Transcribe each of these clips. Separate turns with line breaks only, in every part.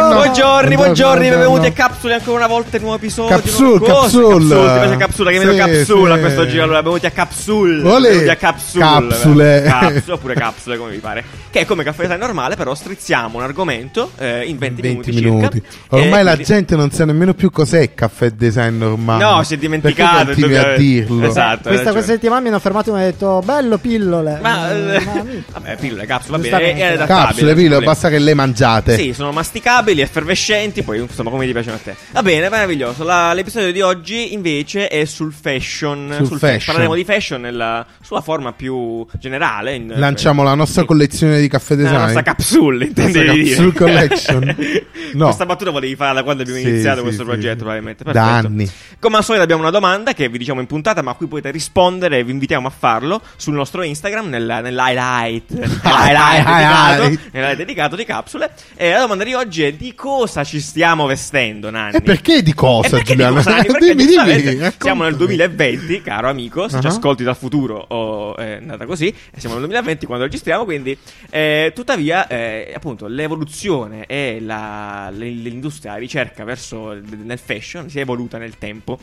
Buongiorno, buongiorno,
buongiorno.
benvenuti a Capsule ancora una volta il nuovo episodio.
Capsule,
nuovo coso.
capsule.
Capsule, ti piace Capsula, che meno
Sì,
Capsula
sì.
questo giro. Allora, benvenuti a Capsule.
Olè.
Benvenuti a Capsule.
Capsule.
Capsule, oppure Capsule, come vi pare. Che è come caffè Italia normale, però strizziamo un argomento eh, in 20,
20
circa.
minuti.
Eh,
Ormai la
quindi-
gente non sa nemmeno più cos'è il caffè design normale.
No, si è dimenticato,
Perché continui a
indubbiamente.
dirlo.
Esatto, hai
Questa,
ragione.
questa settimana mi hanno fermato e mi hanno detto bello pillole.
Ma,
Eh,
eh,
ma mi-
vabbè, pillole, capsule, va bene.
Giustamente.
È adattabile,
Capsule,
non c'è
Pilo,
problema.
basta che le mangiate.
Sì, sono masticabili, effervescenti, poi insomma come ti piacciono a te. Va bene, meraviglioso. La- l'episodio di oggi invece è sul fashion.
Sul
fa-
fashion.
Parleremo di fashion nella sua forma più generale. in-
Lanciamo la nostra
Sì.
collezione di caffè
La
design.
nostra capsule, intendevi
Nostra
dire.
capsule collection. No.
Questa battuta volevi farla quando abbiamo
Sì,
iniziato
sì,
questo
sì,
progetto,
sì.
probabilmente.
Da
Perfetto.
anni.
Come al solito abbiamo una domanda che vi diciamo in puntata, ma a cui potete rispondere e vi invitiamo a farlo sul nostro Instagram nel- nell'highlight. nell'highlight dedicato,
Highlight.
nell'highlight dedicato di capsule. E la domanda di oggi è di cosa ci stiamo vestendo, Nanni?
E perché di
E
cosa,
perché
Giuliano?
dico, Sani? Perché
dimmi,
giustamente
dimmi.
Siamo nel
raccontami.
2020, caro amico. Se ci
Ah.
ascolti dal futuro, o è nata così. e Siamo nel 2020 quando registriamo. Quindi, eh, tuttavia, eh, appunto, l'evoluzione e la- l- l'industria, la ricerca verso il- nel fashion si è evoluta nel tempo.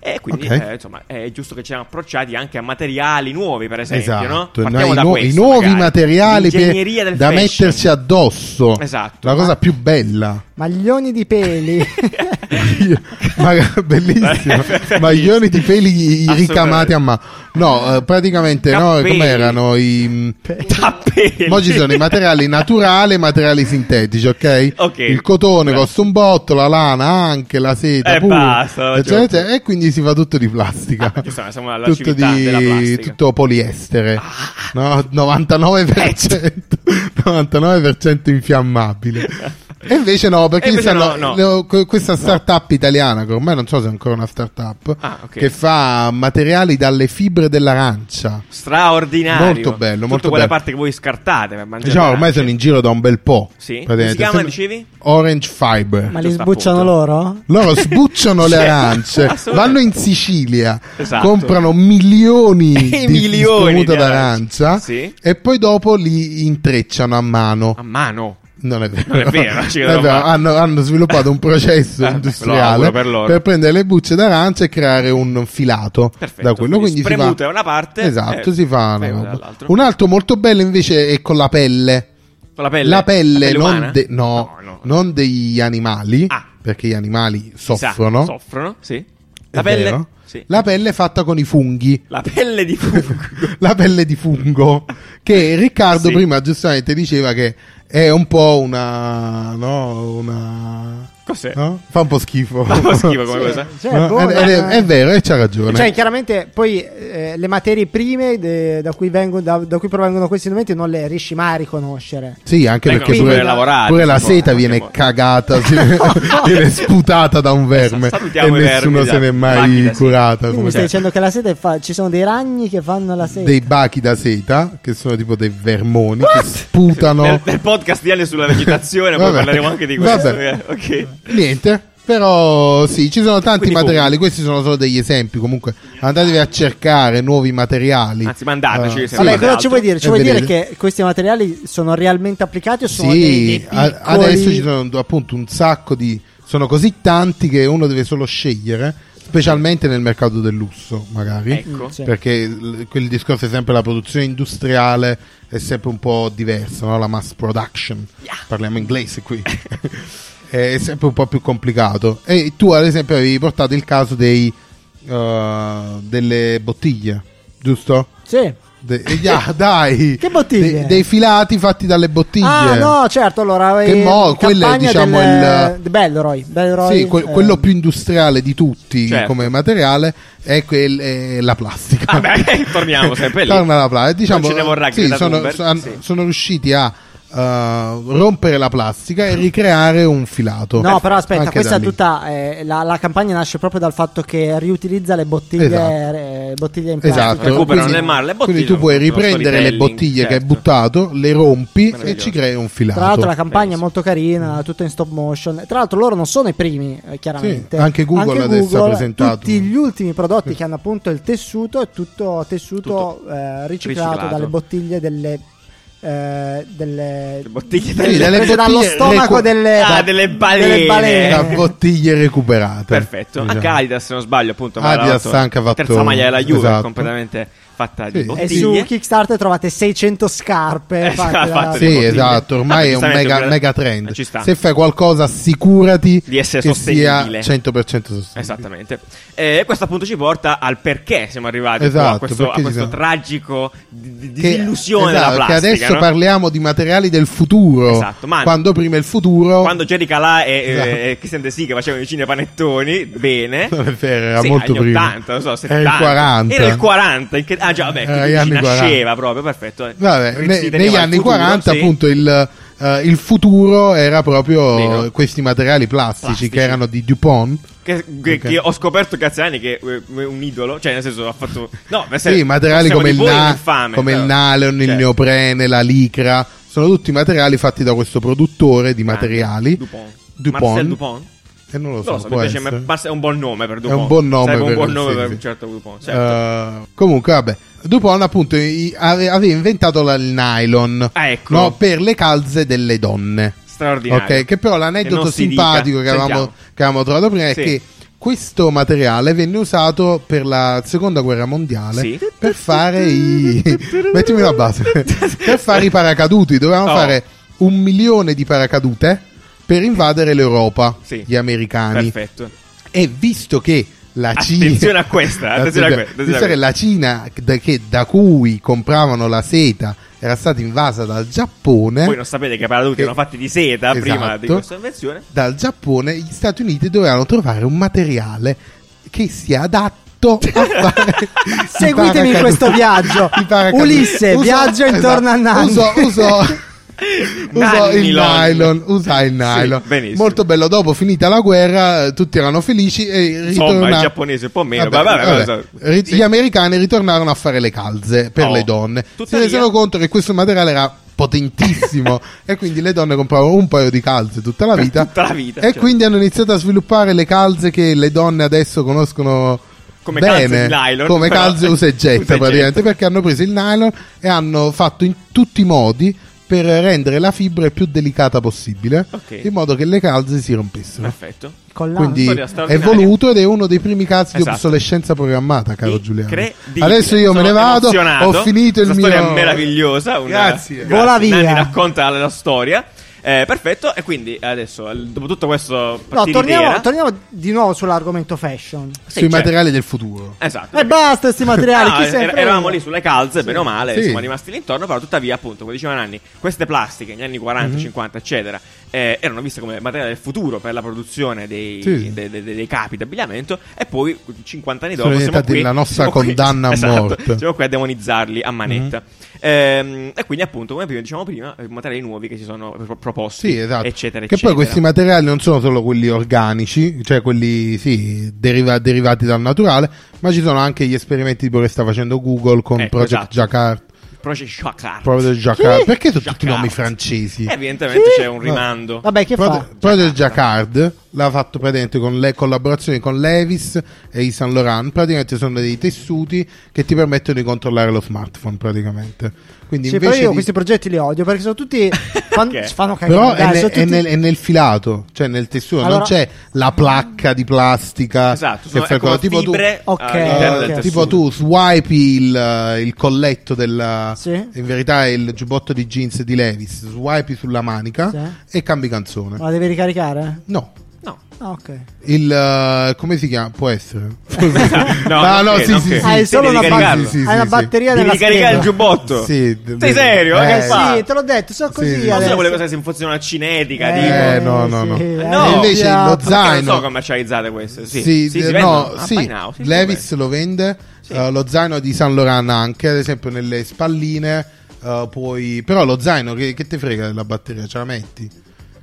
E quindi,
Ok.
eh, insomma, è giusto che ci siamo approcciati anche a materiali nuovi, per esempio. no?
Esatto,
Partiamo
no, i,
da
nu- i
questo,
nuovi
magari.
materiali per-
L'ingegneria del
da
fashion.
mettersi addosso.
Esatto.
La cosa più bella.
Maglioni di peli.
Ma- bellissimo. Maglioni di peli
Assolutamente.
ricamati a mano. No, eh, praticamente no,
Cappelli.
com'erano i mh,
Tappelli.
Mo ci sono i materiali naturali e i materiali sintetici, ok?
Ok.
Il cotone
Bra-
costa un botto, la lana anche, la seta
Eh,
pure,
basta, la
eccetera,
gioco.
eccetera, e quindi si fa tutto di plastica.
Ah, giusto, siamo alla
tutto
civiltà della plastica. Ah.
tutto poliestere. No,
Eh,
99% 99% infiammabile. E invece no, perché
E invece
stanno-
no, no.
le- oh, que- questa startup italiana, che ormai non so se è ancora una startup,
Ah, ok.
che fa materiali dalle fibre dell'arancia.
straordinario.
Molto bello,
Tutta
molto
quella
bello.
parte che voi scartate per mangiare.
Diciamo, ormai
arance.
sono in giro da un bel po'.
Sì? Come
praticamente.
si chiama,
Sembra-
dicevi?
Orange Fiber.
ma li
Giusto
sbucciano
appunto.
loro?
Loro sbucciano le
Cioè,
arance,
assolutamente.
vanno in Sicilia,
Esatto.
comprano milioni
E
di
milioni
spremuto
di
d'arancia
arance. Sì.
e poi dopo li intrecciano a mano.
A mano.
Non è vero,
Non è vero, ci
Non è
credo
vero.
mai.
Hanno, hanno sviluppato un
Eh,
processo
beh, lo
industriale
auguro per loro.
prendere le bucce d'arancia e creare un filato
Perfetto.
da quello.
Quindi
Quindi si
spremuto
fa-
da una parte,
esatto,
eh,
si fa una
prego
roba.
dall'altro.
un altro molto bello invece è con la pelle.
Con la pelle?
La pelle,
umana?
non, de- no,
no.
non degli animali,
Ah.
perché gli animali
Si sa,
soffrono.
soffrono, sì.
è
La pelle?
vero.
Sì. La...
La pelle è fatta con i funghi.
pelle di fungo.
La pelle di fungo. che Riccardo
Sì.
prima giustamente diceva che è un po' una. No, una.
Cos'è?
no? Fa un po' schifo.
Fa un po' schifo come
Sì,
cosa.
cioè,
No,
boh,
è,
ma-
è- è vero, e c'ha ragione.
Cioè, chiaramente poi eh, le materie prime de- da, cui vengono, da, da cui provengono questi strumenti non le riesci mai a riconoscere.
Sì, anche
Vengono
perché pure,
pure lavorate,
pure la
tipo,
seta
in
viene
qualche
cagata, si- viene sputata da un verme e
Esatto, Salutiamo i vermi,
nessuno se
esatto.
n'è mai
Macchina, sì.
curata.
Quindi
come
mi stai
si-
cioè?
dicendo che la seta è fa- ci sono dei ragni che fanno la seta.
dei bachi da seta, che sono tipo dei vermoni che
Nel,
sputano.
nel podcast di Ale sulla vegetazione, poi
Vabbè.
parleremo anche di questo.
Vabbè.
eh, Ok.
Niente, però sì, ci sono tanti
Quindi
materiali, questi sono solo degli esempi, comunque andatevi a cercare nuovi materiali.
Anzi, mandateci,
Eh,
se
Vabbè,
volete
cosa
altro.
ci vuoi dire? Ci
Eh,
vuoi dire
vedete.
che questi materiali sono realmente applicati o sono dei, dei
Sì,
piccoli...
a- adesso ci sono appunto un sacco di... sono così tanti che uno deve solo scegliere, specialmente nel mercato del lusso magari.
Ecco.
Sì.
Perché l- quel discorso è sempre la produzione industriale è sempre un po' diversa, no? la mass production.
Yeah.
Parliamo inglese qui. è sempre un po' più complicato. E tu ad esempio avevi portato il caso dei, eh, delle bottiglie, giusto?
Sì.
De- eh, yeah, dai!
Che bottiglie?
Dei- dei filati fatti dalle bottiglie.
Ah, no, certo, allora...
Che
eh,
mo- quello è,
campagna
diciamo,
del-
il-
di Bellroy. Bellroy,
Sì, que-
eh,
quello più industriale di tutti
Certo.
come materiale è, quel- è la plastica.
Vabbè, torniamo sempre lì.
Torna la plastica. Diciamo,
Non ce ne vorrà
sì,
Greta
sono,
Thunberg,
so- an-
sì.
sono riusciti a eh, rompere la plastica e ricreare un filato.
No, però aspetta,
Eh, Anche
questa
da
è
lì.
tutta. eh, la, la campagna nasce proprio dal fatto che riutilizza le bottiglie,
Esatto.
eh, bottiglie in plastica.
Esatto,
Recuperano
quindi,
le mar- le bottiglie,
quindi tu puoi
uno
riprendere le
storytelling,
bottiglie che hai
certo.
buttato, le rompi e
Meraviglioso.
ci crei un filato.
Tra l'altro la campagna è
Bellissimo.
molto carina, tutta in stop motion. Tra l'altro loro non sono i primi, eh, chiaramente.
Sì, anche Google adesso ha
Google,
presentato-
Tutti gli ultimi prodotti che hanno appunto il tessuto è tutto tessuto
Tutto
eh, riciclato,
riciclato.
dalle bottiglie delle eh, delle
Le bottiglie
Sì,
delle-
delle
prese dallo
bottiglie-
stomaco
le-
delle,
Ah, delle balene.
da
Eh.
bottiglie recuperate.
Perfetto.
Diciamo.
Anche Adidas, se non sbaglio, appunto. ma
Adidas
l'ha fatto-
anche ha
la Terza
fatto-
maglia della Juve,
esatto.
completamente fatta di
Sì.
E
bottiglie.
su Kickstarter trovate 600 scarpe.
Eh,
fatte
ha
da-
fatto
Sì,
Delle bottiglie.
esatto, ormai
Ah,
è un
giustamente,
mega,
quella-
mega trend.
Eh, ci sta.
Se fai qualcosa, assicurati
Di essere
che sia
sostenibile. Esatto.
100% sostenibile.
Esattamente. E questo appunto ci porta al perché siamo arrivati
Esatto,
qua a questo, a
perché ci
questo
siamo.
tragico di- di-
Che-
disillusione della
esatto, che
plastica.
adesso
no?
parliamo di materiali del futuro.
Esatto, ma-
quando prima il futuro
Quando Jerry Calà e, eh,
Esatto.
e Christian De Sica facevano i cine panettoni, bene.
Non è vero, era
Sì,
molto
agli
prima.
80, non so,
Era il
70.
40.
Era il 40. in che- Ah già, vabbè,
Era
quindi
gli
ci
anni 40.
nasceva proprio, perfetto. eh.
Vabbè,
Quindi
ne-
si teneva
negli
il
anni
futuro,
40
sì.
appunto il, eh, il futuro era proprio
Vero.
questi materiali plastici,
Plastici.
che erano di Dupont.
Che, che-
Ok.
che ho scoperto grazie agli anni che eh, un idolo, cioè nel senso ha fatto... No, nel senso,
Sì, materiali
siamo
come,
di
il,
voi
na-
infame,
come il
però.
nylon, il
Cioè,
neoprene, la licra. Sono tutti materiali fatti da questo produttore di materiali.
Dupont.
Dupont.
Marcel Dupont.
E non lo so,
Non lo so, mi
può
piace,
essere.
ma Marcel è un buon nome per
È
Dupont.
un buon nome
Sarebbe un
per,
buon nome
sì,
per
sì.
un certo Dupont. certo.
Eh, comunque, vabbè. Dupont, appunto, i- ave- aveva inventato la- il nylon
Ah, ecco.
no, per le calze delle donne.
Straordinario.
Ok, che però l'aneddoto
Che non si
simpatico che
dica.
avevamo,
Sentiamo.
che avevamo trovato prima è
Sì.
che questo materiale venne usato per la seconda guerra mondiale
Sì.
per fare i. mettimi la base. per fare i paracaduti. Dovevamo
Oh.
fare un milione di paracadute per invadere l'Europa,
Sì.
gli americani.
Perfetto.
E visto che la Cina.
Attenzione a questa, attenzione a questa,
Visto
attenzione a
che la Cina, da, che, da cui compravano la seta, era stata invasa dal Giappone.
Voi non sapete che i paraduti
Eh? Che-
erano fatti di seta prima di
Esatto.
questa invenzione.
dal Giappone gli Stati Uniti dovevano trovare un materiale che sia adatto a fare i
Certo. Seguitemi in
paracaduti.
questo viaggio.
I paracaduti.
Ulisse,
Uso- esatto.
viaggio intorno a Nanni.
uso, uso, uso il
Nylon.
nylon usa il
Sì,
nylon
benissimo.
molto bello dopo finita la guerra eh, tutti erano felici e
Insomma,
ritorna...
il giapponese un po' meno, vabbè, vabbè, vabbè.
Ri-
Sì.
gli americani ritornarono a fare le calze per
Oh.
le donne
Tuttavia-
si resero conto che questo materiale era potentissimo e quindi le donne compravano un paio di calze tutta la
Per
vita
tutta la vita,
e
certo.
quindi hanno iniziato a sviluppare le calze che le donne adesso conoscono
Come
bene,
calze di nylon,
come
però-
calze
usa
usa e
e
getta
getta.
praticamente perché hanno preso il nylon e hanno fatto in tutti i modi per rendere la fibra il più delicata possibile
Ok.
in modo che le calze si rompessero
Perfetto.
Collana.
quindi
storia
è
straordinaria.
voluto ed è uno dei primi casi di
Esatto.
obsolescenza programmata, caro Giuliano.
Incredibile.
Adesso io me
Sono
ne vado,
emozionato.
ho finito il
Questa
mio
storia meravigliosa. Una...
Grazie.
Vola via.
Nanni racconta la, la storia. Eh, perfetto. E quindi adesso, al- dopo tutto questo.
No, torniamo,
patinidera-
torniamo di nuovo sull'argomento fashion.
Sì,
sui
cioè-
materiali del futuro.
Esatto.
E basta questi materiali.
No,
chi
er-
se ne frega?
eravamo lì sulle calze, bene o male,
Sì.
siamo rimasti lì intorno, però tuttavia, appunto, come diceva Nanni, queste plastiche negli anni 40,
Mhm.
50, eccetera, eh, erano viste come materia del futuro per la produzione dei,
Sì.
de- de- de- dei capi d'abbigliamento e poi 50 anni
Sono
dopo siamo
diventate
qui,
la nostra
siamo qui-
condanna a
esatto,
morte. Mhm.
Siamo qui a demonizzarli a manetta. Ehm, e quindi appunto, come prima, diciamo prima, eh, materiali nuovi che si sono pro- proposti,
Sì, esatto.
eccetera,
che
eccetera.
poi questi materiali non sono solo quelli organici, cioè quelli sì, deriva- derivati dal naturale, ma ci sono anche gli esperimenti tipo che sta facendo Google con
Ecco,
Project
esatto.
Jacquard.
Project Jacquard.
Project Jacquard. Perché sono tutti
Jacquard. Eh,
nomi francesi?
Evidentemente
Sì.
c'è un rimando.
Vabbè, che
Pro-
fa?
Project Jacquard l'ha fatto praticamente con le collaborazioni con Levis e i Saint Laurent. Praticamente sono dei tessuti che ti permettono di controllare lo smartphone. Praticamente. Quindi
Sì, però
invece
io
di-
questi progetti li odio perché sono tutti. fan-
Ok.
fanno cagare.
però è,
dai,
nel,
sono
è
tutti-
nel- è nel filato, cioè nel tessuto,
Allora-
non c'è la placca di plastica
Esatto,
Ah, che
sono
fa
è come
cosa. tipo tu,
fibre
Ok.
all'interno del
eh,
tessuto.
tipo tu swipe il, eh, il colletto della
Sì.
in verità è il giubbotto di jeans di Levis, swipe sulla manica
Sì.
e cambi canzone.
Ma la devi ricaricare?
No,
No.
Ah, ok.
Il eh, come si chiama? Può essere.
No,
Ah,
non
no,
credo,
sì,
non credo.
sì, sì.
Hai solo
devi
una,
ricaricarlo.
bat-
Sì, sì,
hai una
sì.
batteria
Devi
della
ricaricare il
schiena.
giubbotto.
Sì,
Sei
devi-
serio? Ma che
Eh,
fa?
Sì, te l'ho detto, sono così.
sì.
non
adesso.
sono quelle cose che funzionano a cinetica,
Eh,
dico.
Eh, no, no, no.
sì, eh,
E
no.
invece
Via-
lo
Perché
Perché non
zaino
so commercializzate queste. Sì,
Sì,
sì,
d-
si
no,
vendono? Ah,
sì,
buy now, sì,
Levis
sì,
lo vende,
Sì.
eh, lo zaino di San Laurent anche, ad esempio nelle spalline, eh, puoi... però lo zaino che, che te frega della batteria, ce la metti?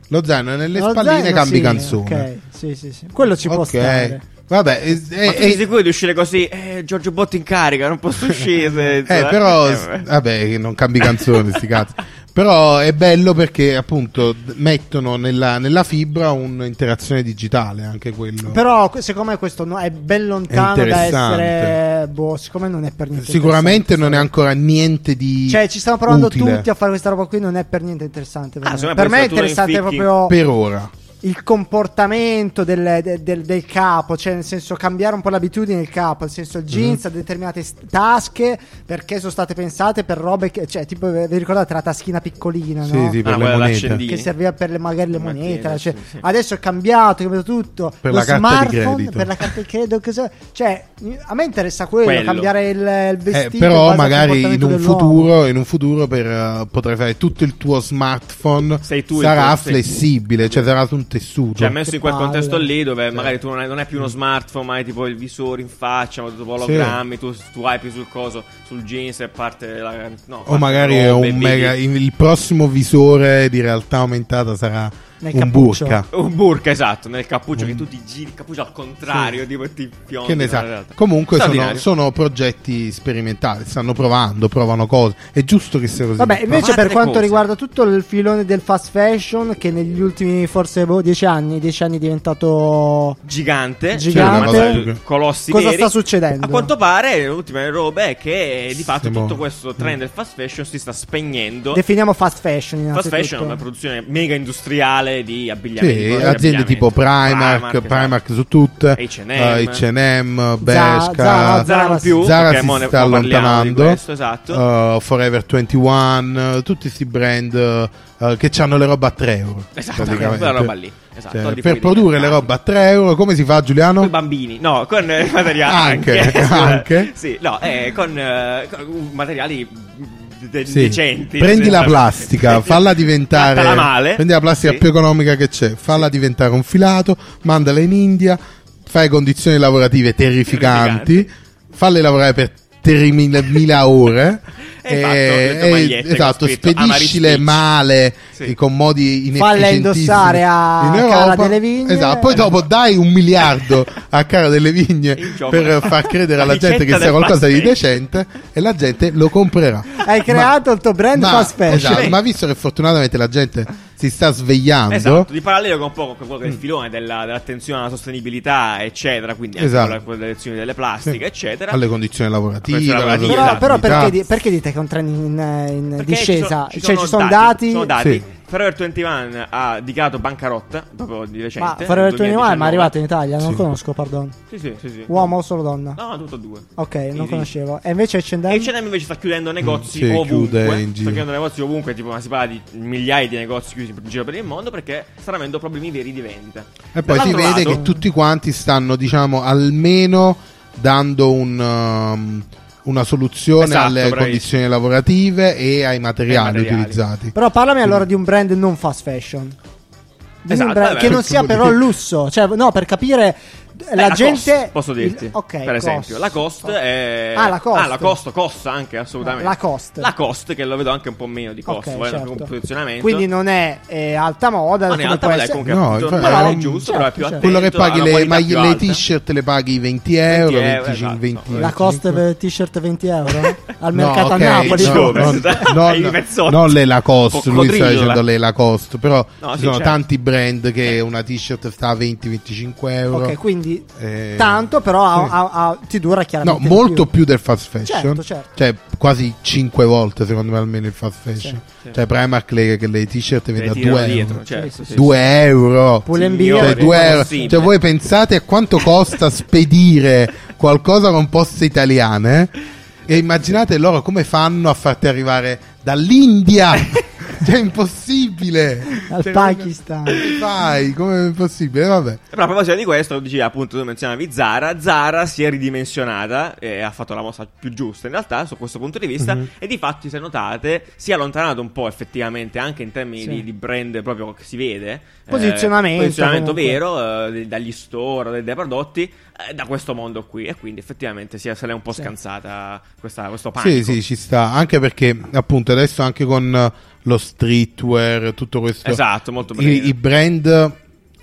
Lo zaino nelle
Lo
spalline
zaino,
cambi
sì,
canzone.
Ok, sì, sì, sì. Quello ci può
Ok.
stare.
Vabbè, eh, e-
bene. Ma
e-
tu sei
e-
sicuro di uscire così? Eh, Giorgio Botti in carica, non posso uscire.
Eh,
senza-
però,
Eh,
s- vabbè, che non cambi canzone, sti cazzi. Però è bello perché appunto d- mettono nella, nella fibra un'interazione digitale, anche quello.
Però secondo me questo no- è ben lontano
È
da
interessante.
essere. Boh, siccome non è per niente.
Sicuramente non è
interessante.
ancora niente di.
Cioè, ci stanno provando
utile
tutti a fare questa roba qui. Non è per niente interessante. veramente.
secondo me
per
può
me è
essere tu lo
interessante
inficchi
proprio
Per ora.
il comportamento del, de- del- del capo. Cioè, nel senso, cambiare un po' l'abitudine del capo. Nel
Mhm.
senso, il jeans ha determinate s- tasche perché sono state pensate per robe che. Cioè, tipo, vi ricordate la taschina piccolina?
Sì,
no?
sì, per
Ah,
le
quella
monete.
l'accendino.
che serviva per le, magari le
Le
monete.
monete,
cioè,
sì, sì.
Adesso è cambiato, è cambiato tutto.
Per
Lo
la carta di
smartphone,
credito.
per la carta di credito. che so- Cioè, a me interessa quello,
Quello.
cambiare il, il
Eh,
vestito. in base
però
al
magari in
comportamento
un,
dell'uomo.
futuro, in un futuro per, eh, potrai fare tutto il tuo smartphone
Sei tu il
sarà
tuo- sì.
flessibile, cioè sarà un tessuto.
Cioè, messo in quel
palle.
contesto lì dove magari tu non hai, non hai più uno smartphone, ma hai tipo il visore in faccia, ma dopo ologrammi, tu, tu hai più sul coso, sul jeans e parte la. No,
o magari è un mega,
Un
il il prossimo visore di realtà aumentata sarà
Nel
un
cappuccio.
burka.
un burka, esatto, nel cappuccio che tu ti giri, il cappuccio al contrario, tipo e ti piondi.
Che ne
no, in
sa?
realtà.
Comunque sono,
Straordinario.
sono progetti sperimentali, stanno provando, provano cose. È giusto che sia così.
Vabbè, invece
Provate
per
le
quanto
cose.
riguarda tutto il filone del fast fashion, che negli ultimi forse boh, dieci anni, dieci anni è diventato...
Gigante,
Gigante.
cioè, ma- colossi
Cosa
veri.
sta succedendo?
A quanto pare, l'ultima roba è che di fatto
Stiamo-
tutto questo trend del fast fashion si sta spegnendo.
Definiamo fast fashion
Fast
innanzitutto.
fashion è una produzione mega industriale di abbigliamento.
Sì,
di
aziende
abbigliamento.
tipo Primark,
esatto.
Primark su tutte,
H&M.
eh, H&M,
Zara,
Bershka,
Zara non più,
Zara
perché
si
mo ne-
sta
mo parliamo di
allontanando,
questo, esatto.
eh, Forever 21, eh, tutti questi brand eh, che hanno le robe a 3 euro.
Esatto,
praticamente.
quella roba lì, esatto,
Cioè,
di cui
per
vi
produrre le
ricordate.
robe a 3 euro, come si fa Giuliano?
Con i bambini, no, con eh, materiali
Anche,
scusa.
anche.
Sì, no, eh, con, eh, con materiali mm, de-
Sì.
decenti.
Prendi la
senza-
plastica, falla diventare.
Trattala male.
Prendi la plastica
Sì.
più economica che c'è, falla diventare un filato, mandala in India, fai condizioni lavorative terrificanti, falle lavorare per 3.000 ore.
E hai fatto le tue magliette
esatto,
con scritto
spediscile
Amaris Beach.
male
Sì.
eh, con modi inefficientissimi
Falla indossare a
in
Cara
Europa.
delle Vigne.
Esatto, poi dopo dai un miliardo a cara delle vigne
In gioco.
per far credere
La
alla gente che
ricetta
sia
del
qualcosa di
passaggio.
decente e la gente lo comprerà.
Hai
Ma-
creato il tuo brand fast fashion.
esatto, ma visto che fortunatamente la gente si sta svegliando,
Esatto, di parallelo con un po' con quello
Mm.
che è il filone della- dell'attenzione alla sostenibilità, eccetera, quindi anche
Esatto.
con la- con le lezioni delle plastiche, eccetera.
alle condizioni lavorative,
Condizioni
alla
lavorative.
Però,
Esatto.
però perché,
disabilità.
di- perché dite che è un trend in, in
Perché
discesa?
ci so-
cioè, ci sono dati...
ci sono dati.
Sì.
Forever 21 ha dichiarato bancarotta proprio di
Ma
recente.
Forever 21 ma è
2019.
arrivato in Italia, non
Sì.
conosco, pardon.
Sì, sì, sì, sì.
Uomo o solo donna?
No, tutto due.
Ok,
Sì,
non
sì.
conoscevo. E invece H&M?
E H&M invece sta chiudendo negozi
Mm, sì, chiude
ovunque.
in
sta
giro.
chiudendo negozi ovunque, tipo, ma si parla di migliaia di negozi chiusi in giro per il mondo perché stanno avendo problemi veri di vendita.
E poi si
Dall'altro
vede
lato-
che tutti quanti stanno, diciamo, almeno dando un, um, una soluzione
Esatto,
alle
bravissimo.
condizioni lavorative e ai materiali,
materiali.
utilizzati.
Però parlami allora di un brand non fast fashion. Di
Esatto,
un brand
vabbè.
che non sia però lusso, cioè no, per capire
Eh,
la,
Lacoste,
gente
posso dirti.
il- ok,
per esempio,
Lacoste.
la cost è
Ah, Lacoste.
Ah, la cost costa anche assolutamente.
No, Lacoste.
La cost che lo vedo anche un po' meno di
Ok,
costo, vuole
certo.
un posizionamento.
Quindi non è eh, alta moda,
non è
come
alta,
può
ma è
essere-
comunque
No,
appunto,
infatti,
però
è
è
un-
giusto,
certo,
però è più
certo.
attento.
Quello che paghi
ha una
le,
Eh, qualità più
maglie- le
alta.
t-shirt le paghi 20 euro,
20 euro,
25,
esatto.
20
Lacoste per t-shirt 20 euro al
No, ok,
mercato a Napoli.
no,
come?
no. Ai
non,
pezzotti.
non le Lacoste, lui sta
Coccodrillo,
dicendo
la-
le Lacoste, però
No,
ci
sì,
sono
certo. Eh.
tanti brand che una t-shirt sta a 20-25 euro.
Ok, quindi
Eh,
tanto però ha-
sì.
ha- ha- ti dura
No,
chiaramente di
molto più. del fast fashion.
Certo, certo.
Cioè, quasi 5 volte, secondo me, almeno il fast fashion.
Sì, sì.
Cioè, Primark le, che le t-shirt
Le
vende a
tirano
2
dietro,
euro.
certo,
Sì,
sì, sì.
2 euro.
Pull and beer.
Cioè,
Signore,
due euro.
impossibile.
Cioè, voi pensate a quanto costa spedire qualcosa con poste italiane? E immaginate loro come fanno a farti arrivare dall'India. cioè, è impossibile.
Dal
Cioè,
Pakistan.
Come fai? Come è possibile? Vabbè.
Però a proposito di questo, dicevi appunto, tu menzionavi Zara. Zara si è ridimensionata e ha fatto la mossa più giusta in realtà, su questo punto di vista.
Mhm.
E di fatto, se notate, si è allontanato un po' effettivamente anche in termini
Sì.
di, di brand proprio che si vede. eh,
Posizionamento,
posizionamento
comunque.
vero, eh, dei- dagli store, dai, dai prodotti, eh, da questo mondo qui. E quindi effettivamente si è, se l'è un po'
Sì.
scansata questa, questo panico.
Sì, sì, ci sta. Anche perché, appunto, adesso anche con eh, lo streetwear, tutto questo.
Esatto, molto bene.
I, i brand,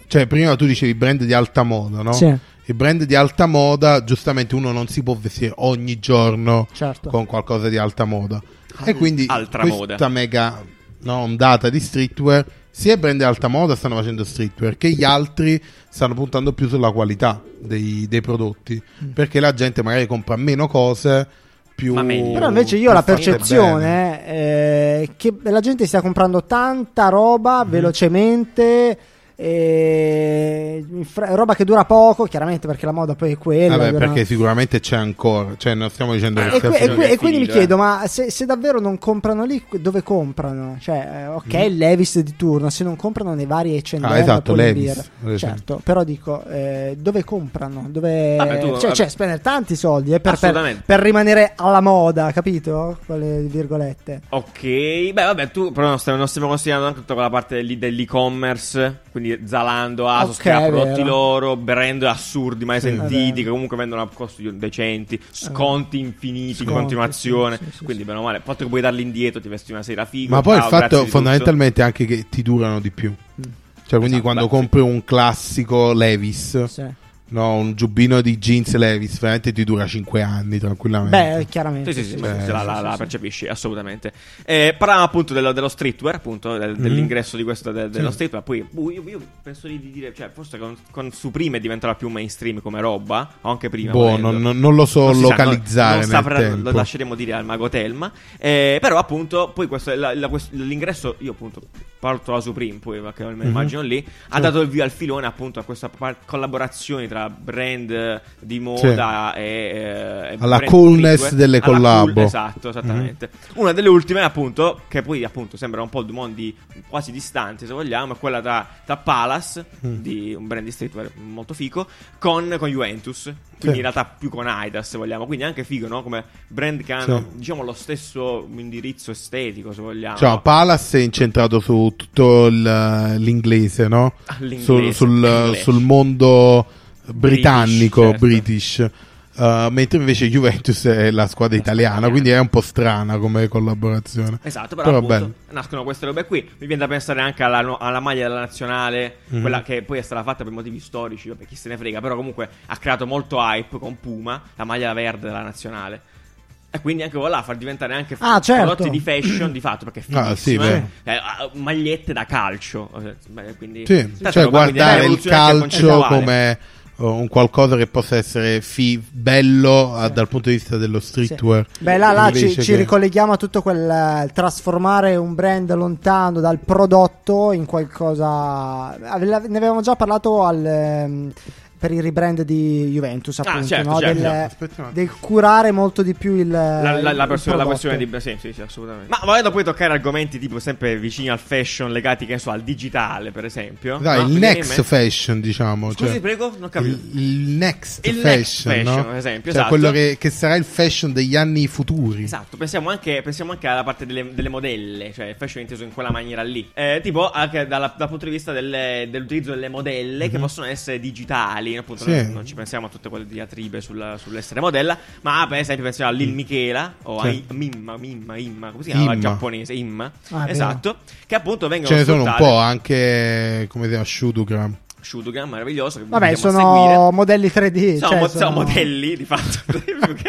cioè prima tu dicevi brand di alta moda, no?
Sì.
I brand di alta moda, giustamente uno non si può vestire ogni giorno
Certo.
con qualcosa di alta moda. E quindi
Altra
questa
moda.
mega no, ondata di streetwear, sia brand di alta moda stanno facendo streetwear, che gli altri stanno puntando più sulla qualità dei, dei prodotti,
Mm.
perché la gente magari compra meno cose, più...
Ma meglio.
Però invece io
più
ho la
fatte bene.
percezione eh, che la gente stia comprando tanta
Mhm.
roba velocemente. eh, in fra- roba che dura poco, chiaramente perché la moda poi è quella.
Vabbè,
dura-
perché sicuramente c'è ancora, cioè non stiamo dicendo che
Eh,
E,
sia
que- e
finito.
que- e
è
quindi mi
finito,
chiedo,
eh.
ma se, se davvero non comprano lì, que- dove comprano? Cioè, eh, ok,
Mm.
Levis di turno, se non comprano nei vari H&M,
Ah, esatto,
Pull&Bear,
Levi's, ad esempio.
certo, però dico, eh, dove comprano? Dove...
Vabbè, tu-
cioè,
vabbè.
cioè, spendere tanti soldi eh, per, per-
Assolutamente.
per rimanere alla moda, capito? Con le virgolette.
Ok, beh, vabbè, tu però non stiamo, non stiamo considerando anche tutta quella parte dell'e- dell'e-commerce, quindi Zalando, Asos,
Ok,
che ha
è
prodotti
vero.
loro, brand assurdi mai
Sì.
È
sentiti,
vero. Eh.
che comunque vendono a costi decenti, sconti infiniti
Sconti,
in continuazione,
sì, sì, sì,
quindi
sì.
bene o male, il fatto che puoi darli indietro, ti vesti una sera figa,
Ma poi il
ciao, grazie
fatto
di
fondamentalmente è anche che ti durano di più. Cioè, quindi
Esatto,
quando
beh,
compri un classico Levis,
Sì.
no, un giubbino di jeans Levis, veramente ti dura 5 anni tranquillamente.
Beh, chiaramente.
Sì, sì, sì,
Sì,
ma
sì,
la,
sì,
la-
sì,
la
sì.
percepisci assolutamente. Eh, parlavamo appunto dello, dello streetwear, appunto del-
Mhm.
dell'ingresso di questo de- dello
Sì.
streetwear. Poi boh, io, io penso di, di dire, cioè, forse con, con Supreme diventerà più mainstream come roba, o anche prima.
boh,
volendo.
non, non- non lo so
Non si sa, non-
localizzare
non
nel
saprà-
tempo.
Lo lasceremo dire al mago Telma. Eh, però, appunto, poi questo- la- la- quest- l'ingresso, io appunto parto da Supreme, poi che me lo
Mhm.
immagino lì, ha
Sì.
dato il via al filone appunto a questa par- collaborazione tra brand eh, di moda e, eh, e
Alla
brand
coolness
streetwear.
delle
Alla
collabo.
esatto, esattamente. Una delle ultime, appunto, che poi appunto sembra un po' di mondi quasi distanti, se vogliamo, è quella tra, tra Palace,
Mm.
di un brand di streetwear molto fico, con, con Juventus, quindi
Sì.
in realtà più con Adidas, se vogliamo. Quindi anche figo, no? Come brand che hanno,
Sì.
diciamo, lo stesso indirizzo estetico, se vogliamo.
Cioè, Palace è incentrato su tutto il- eh, l'inglese, no?
All'inglese,
Sul, sul-
English.
sul mondo britannico,
certo.
British. Uh, mentre invece Juventus è la squadra italiana, quindi è un po' strana come collaborazione.
Esatto, però,
Però
appunto
bello.
nascono queste robe qui. Mi viene da pensare anche alla, no- alla maglia della nazionale,
Mhm.
quella che poi è stata fatta per motivi storici, vabbè, chi se ne frega, però comunque ha creato molto hype con Puma, la maglia verde della nazionale. E quindi anche quella far diventare anche
Ah, certo.
prodotti di fashion di fatto, perché è
Ah, sì,
fighissima,
vero.
eh. Eh, ah, magliette da calcio. eh, beh, Quindi,
Sì,
tanta
cioè
roba, quindi è
guardare il
un'evoluzione anche
calcio
concettuale.
come uh, un qualcosa che possa essere fi- bello uh,
Sì.
dal punto di vista dello streetwear.
Beh, là, là ci,
Invece
ci
che-
ricolleghiamo a tutto quel eh, trasformare un brand lontano dal prodotto in qualcosa. Ave- la- Ne avevamo già parlato al, ehm, per il rebrand di Juventus, appunto,
certo,
no?
certo.
del,
Aspetta un attimo.
del curare molto di più il.
Eh,
la, la, la
il
persona- la
prodotto.
questione di sì, sì, sì, assolutamente. Ma volendo poi toccare argomenti tipo sempre vicini al fashion, legati che ne so, al digitale, per esempio.
Dai,
No?
il
Mi viene in
next
mente-
fashion, diciamo.
Scusi,
cioè,
prego, non capivo.
il, il next
Il
fashion,
next fashion,
no?
ad esempio,
Cioè,
esatto.
quello che, che sarà il fashion degli anni futuri.
Esatto, pensiamo anche, pensiamo anche alla parte delle, delle modelle, cioè il fashion inteso in quella maniera lì. Eh, tipo anche dalla- dal punto di vista delle- dell'utilizzo delle modelle che possono essere digitali, appunto
Mhm. Sì.
noi non ci pensiamo a tutte quelle diatribe sulla- sull'essere modella, ma per esempio pensiamo a Lil Michela o
Mm. Sì.
a I- Mimma, Mimma, Imma, come si chiama
Imma.
il giapponese? Imma,
Ah, è
esatto, che appunto vengono
Ce ne sono un
sfruttate-
po', eh. anche come si chiama Shudogram.
Shootgun meraviglioso che
Vabbè,
andiamo
sono
a seguire.
modelli 3D.
Sono,
cioè,
mo-
sono-
sono modelli di fatto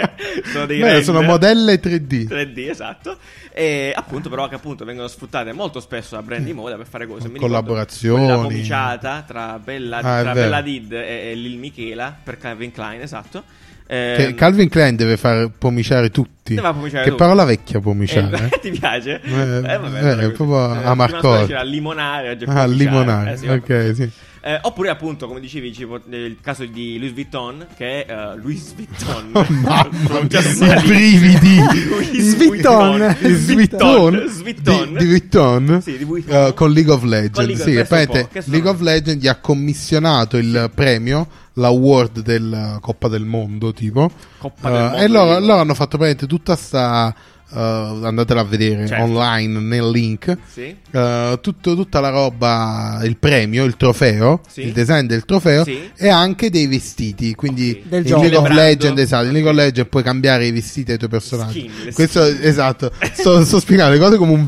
sono dei
Beh, sono
render.
modelle 3D.
3D, esatto. E appunto, però, che appunto vengono sfruttate molto spesso da brand di moda per fare cose. Mi ricordo
Mm. Collaborazioni.
Quella cominciata tra Bella,
Ah, è
tra
vero.
Bella Did e, e Lil Michela per Calvin Klein, esatto.
Che
Ehm,
Calvin Klein deve far pomiciare tutti.
Deve far pomiciare
che
tutti.
parola vecchia
Eh,
pomiciare. eh?
ti piace?
Eh, eh,
però-
proprio
eh,
Amarcord.
prima c'era limonare, oggi è
ah,
pomiciare.
limonare.
Eh, sì,
ok, sì.
eh, oppure, appunto, come dicevi, ci pot- eh, il caso di Louis Vuitton, che è eh, Louis Vuitton.
Oh, mamma mia,
Pronuncia
i
male.
brividi.
Louis
Vuitton.
Svitton
Vuitton. Svitton.
di, di Vuitton
Sì, di Vuitton.
eh, con League of Legends.
Con League-
sì,
pensa un po',
apparentemente
che sono-
League of Legends gli ha commissionato il premio, l'award della Coppa del Mondo, tipo.
Coppa del
Eh,
Mondo,
e loro,
dico.
loro hanno fatto praticamente tutta sta eh, andatela a vedere
Certo.
online nel link.
Sì.
Eh, tutto- tutta la roba, il premio, il trofeo,
Sì.
il design del trofeo
Sì.
e anche dei vestiti. Quindi
Ok.
Del
in
gioco.
League of
Celebrando.
Legends, esatto, in League of Legends puoi cambiare i vestiti ai tuoi personaggi.
Skin, le
Questo esatto, sto, sto spiegando le cose come un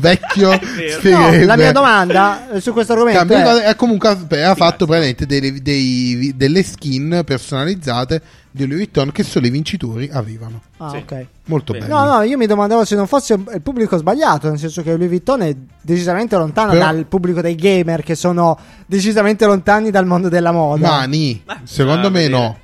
vecchio
È vero.
spiegherebbe.
No, la mia domanda eh, su questo argomento
Cambia
è.
cosa- e comunque beh, ha
Grazie.
fatto praticamente delle, dei- delle skin personalizzate di Louis Vuitton che solo i vincitori avevano.
Ah,
Sì.
ok.
Molto
Bene.
belli.
No, no, io Eh, mi domandavo se non fosse il pubblico sbagliato, nel senso che Louis Vuitton è decisamente lontano
Però-
dal pubblico dei gamer che sono decisamente lontani dal mondo della moda.
Mani,
Ma-
secondo
ah,
me
vedere.
no.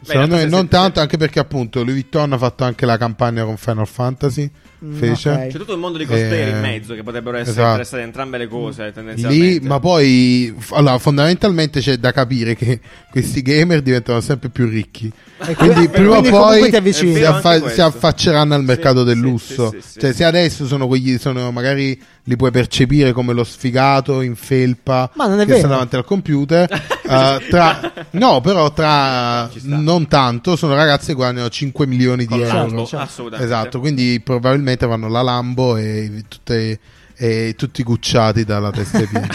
Beh,
secondo me
in realtà
non
se-
tanto, anche perché appunto Louis Vuitton ha fatto anche la campagna con Final Fantasy.
Mm,
fece.
ok.
C'è tutto il mondo di cosplayer
Eh,
in mezzo che potrebbero essere
esatto.
interessati a entrambe le cose tendenzialmente.
Lì, ma poi, f- allora, fondamentalmente c'è da capire che questi gamer diventano sempre più ricchi.
E
Quindi
quindi-
prima o
eh, quindi comunque
poi
ti avvicini.
si,
È vero anche
affa-
questo.
si affacceranno al mercato
Sì,
del
sì,
lusso.
sì, sì, sì.
Cioè, se adesso sono quegli, sono magari li puoi percepire come lo sfigato in felpa
Ma non è
che
vero.
sta davanti al computer. eh, tra- no, però tra
Ci sta.
non tanto sono ragazzi che guadagnano 5 milioni di
Con la
euro.
Lambo,
Certo.
assolutamente.
Esatto, quindi probabilmente vanno la Lambo e, tutte- e tutti gucciati dalla testa ai piedi.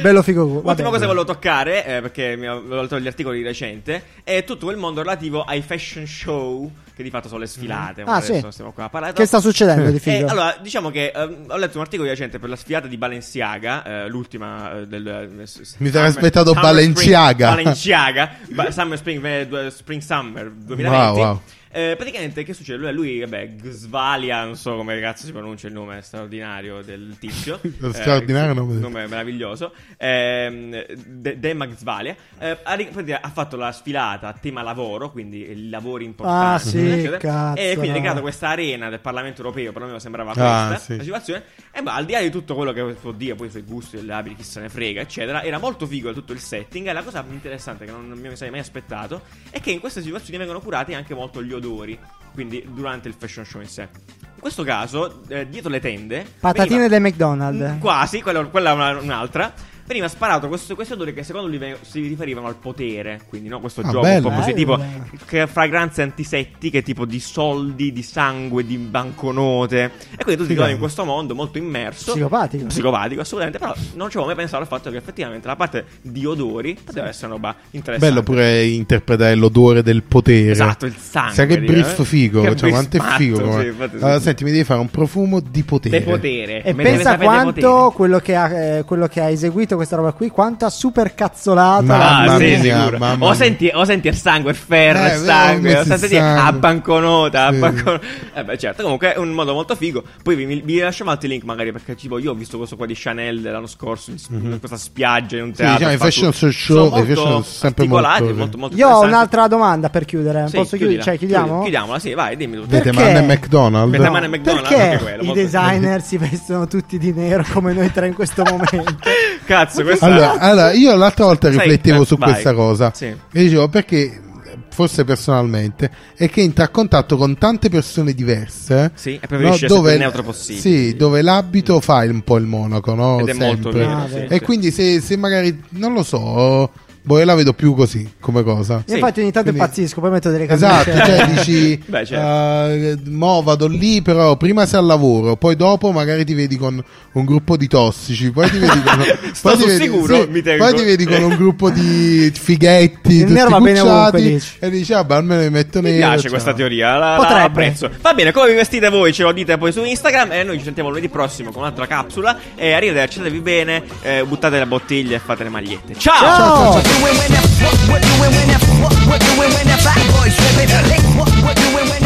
Bello figo. vabbè.
Ultima cosa che volevo toccare, eh, perché mi avevo letto gli articoli di recente, è tutto quel mondo relativo ai fashion show, che di fatto sono le sfilate. ma
Ah,
adesso
sì.
non stiamo qua a parlare.
Che sta succedendo di
Eh,
figo?
allora, diciamo che ehm, ho letto un articolo di recente per la sfilata di Balenciaga, eh, l'ultima eh, del... eh, s- s-
Mi sarei
Summer-
aspettato
Summer
Balenciaga.
Spring- Balenciaga, Ba- Summer Spring, eh, due- Spring Summer 2020.
Wow, wow.
Eh, praticamente che succede? Lui, lui vabbè, Gvalia, non so come cazzo si pronuncia il nome straordinario del tizio. Eh,
Lo straordinario nome del-
nome meraviglioso. Ehm, De, De Magzvalia. Eh, ha, ri- praticamente ha fatto la sfilata a tema lavoro, quindi eh, lavori importanti.
Ah,
sì,
eccetera.
cazzo,
e quindi ha
no.
creato questa arena del Parlamento europeo, però mi sembrava
Ah,
questa
sì.
la situazione. E ma al di là di tutto quello che può dire, poi i suoi gusti, gli abiti, chi se ne frega, eccetera, era molto figo tutto il setting. E la cosa interessante che non, non mi sarei mai aspettato è che in queste situazioni vengono curati anche molto gli odori, quindi durante il fashion show in sé. In questo caso, eh, dietro le tende...
Patatine
veniva-
del McDonald's.
Mm, Quasi, quella, quella è una- un'altra. Veniva sparato questo, questo odore che secondo lui ve- si riferivano al potere. Quindi, no, questo
Ah,
gioco
bello.
un po' così,
Bello.
tipo che fragranze antisettiche, tipo di soldi, di sangue, di banconote. E quindi tu ti
Figata.
trovi in questo mondo molto immerso.
Psicopatico.
Psicopatico, assolutamente. Però non ci avevo mai pensato al fatto che effettivamente la parte di odori poteva essere una roba interessante.
Bello pure interpretare l'odore del potere.
Esatto, il sangue,
Sai che
dire,
brief
eh?
figo,
Che
cioè quanto è
brief
figo.
matto,
come-
sì, infatti sì.
Allora, senti, mi devi fare un profumo di potere.
De potere.
E
eh, Me deve
pensa
sapere de
quanto
potere.
quello che, ha, eh, quello che ha eseguito questa roba qui, quanto ha super cazzolato.
Ma-
Ah,
Mamma
sì,
mia,
sicuro.
mamma
o,
mia.
senti, o senti il sangue, il ferro,
Eh,
il sangue,
eh,
o senti
sangue.
a banconota, a
Sì.
bancono- Eh beh, certo, comunque è un modo molto figo. Poi vi, vi lasciamo altri link magari perché tipo io ho visto questo qua di Chanel l'anno scorso in, in questa spiaggia in un teatro.
Mhm. diciamo, i
ha fatto-
fashion show-
sono
i fashion
molto
sono sempre
articolati,
molto-
molto, molto
Io ho
interessanti.
un'altra domanda per chiudere.
Sì,
Posso chiudere?
chiudila,
Cioè, chiudiamo?
chiudi- Chiudiamolo, sì, vai, dimmi tutto.
Perché-
Vetemana e McDonald's.
Vetemana e McDonald's, anche
Perché
quello,
i
molto-
designer si vestono tutti di nero come noi tre in questo momento?
Cazzo, questa
Allora, ah, allora, io l'altra volta
Sai,
riflettevo
eh,
su
vai.
questa cosa
Sì.
e dicevo perché, forse personalmente, è che entri a contatto con tante persone diverse. eh,
Sì, e preferisci essere più neutro possibile.
Sì, dove l'abito fa il- un po' il monaco, no?
ed è molto
Sempre.
vero.
Ah,
sì,
vero.
E
sì.
quindi se, se magari, non lo so, boh, io la vedo più così come cosa.
Sì.
Infatti, ogni tanto
Quindi-
impazzisco, poi metto delle
Esatto,
camicie.
cioè dici,
Beh, certo.
eh, mo vado lì, però prima sei al lavoro, poi dopo magari ti vedi con un gruppo di tossici, poi ti vedi con,
Sto
poi ti
sul
vedi-
sicuro, mi tengo.
poi ti vedi con un gruppo di fighetti,
Il
tutti
nero va bene
cucciati,
ovunque, dici.
e dici, ah, beh, almeno mi metto nero. cioè.
Mi piace
ciao."
questa teoria, la, la
Potrebbe.
apprezzo. Va bene, come vi vestite voi ce lo dite poi su Instagram e noi ci sentiamo lunedì prossimo con un'altra capsula. E arrivederci, statevi bene, eh, buttate le bottiglie e fate le magliette. Ciao!
Ciao!
What doing when that? What doing when that? What doing when that? Fat boy slipping. Lick. What doing when that?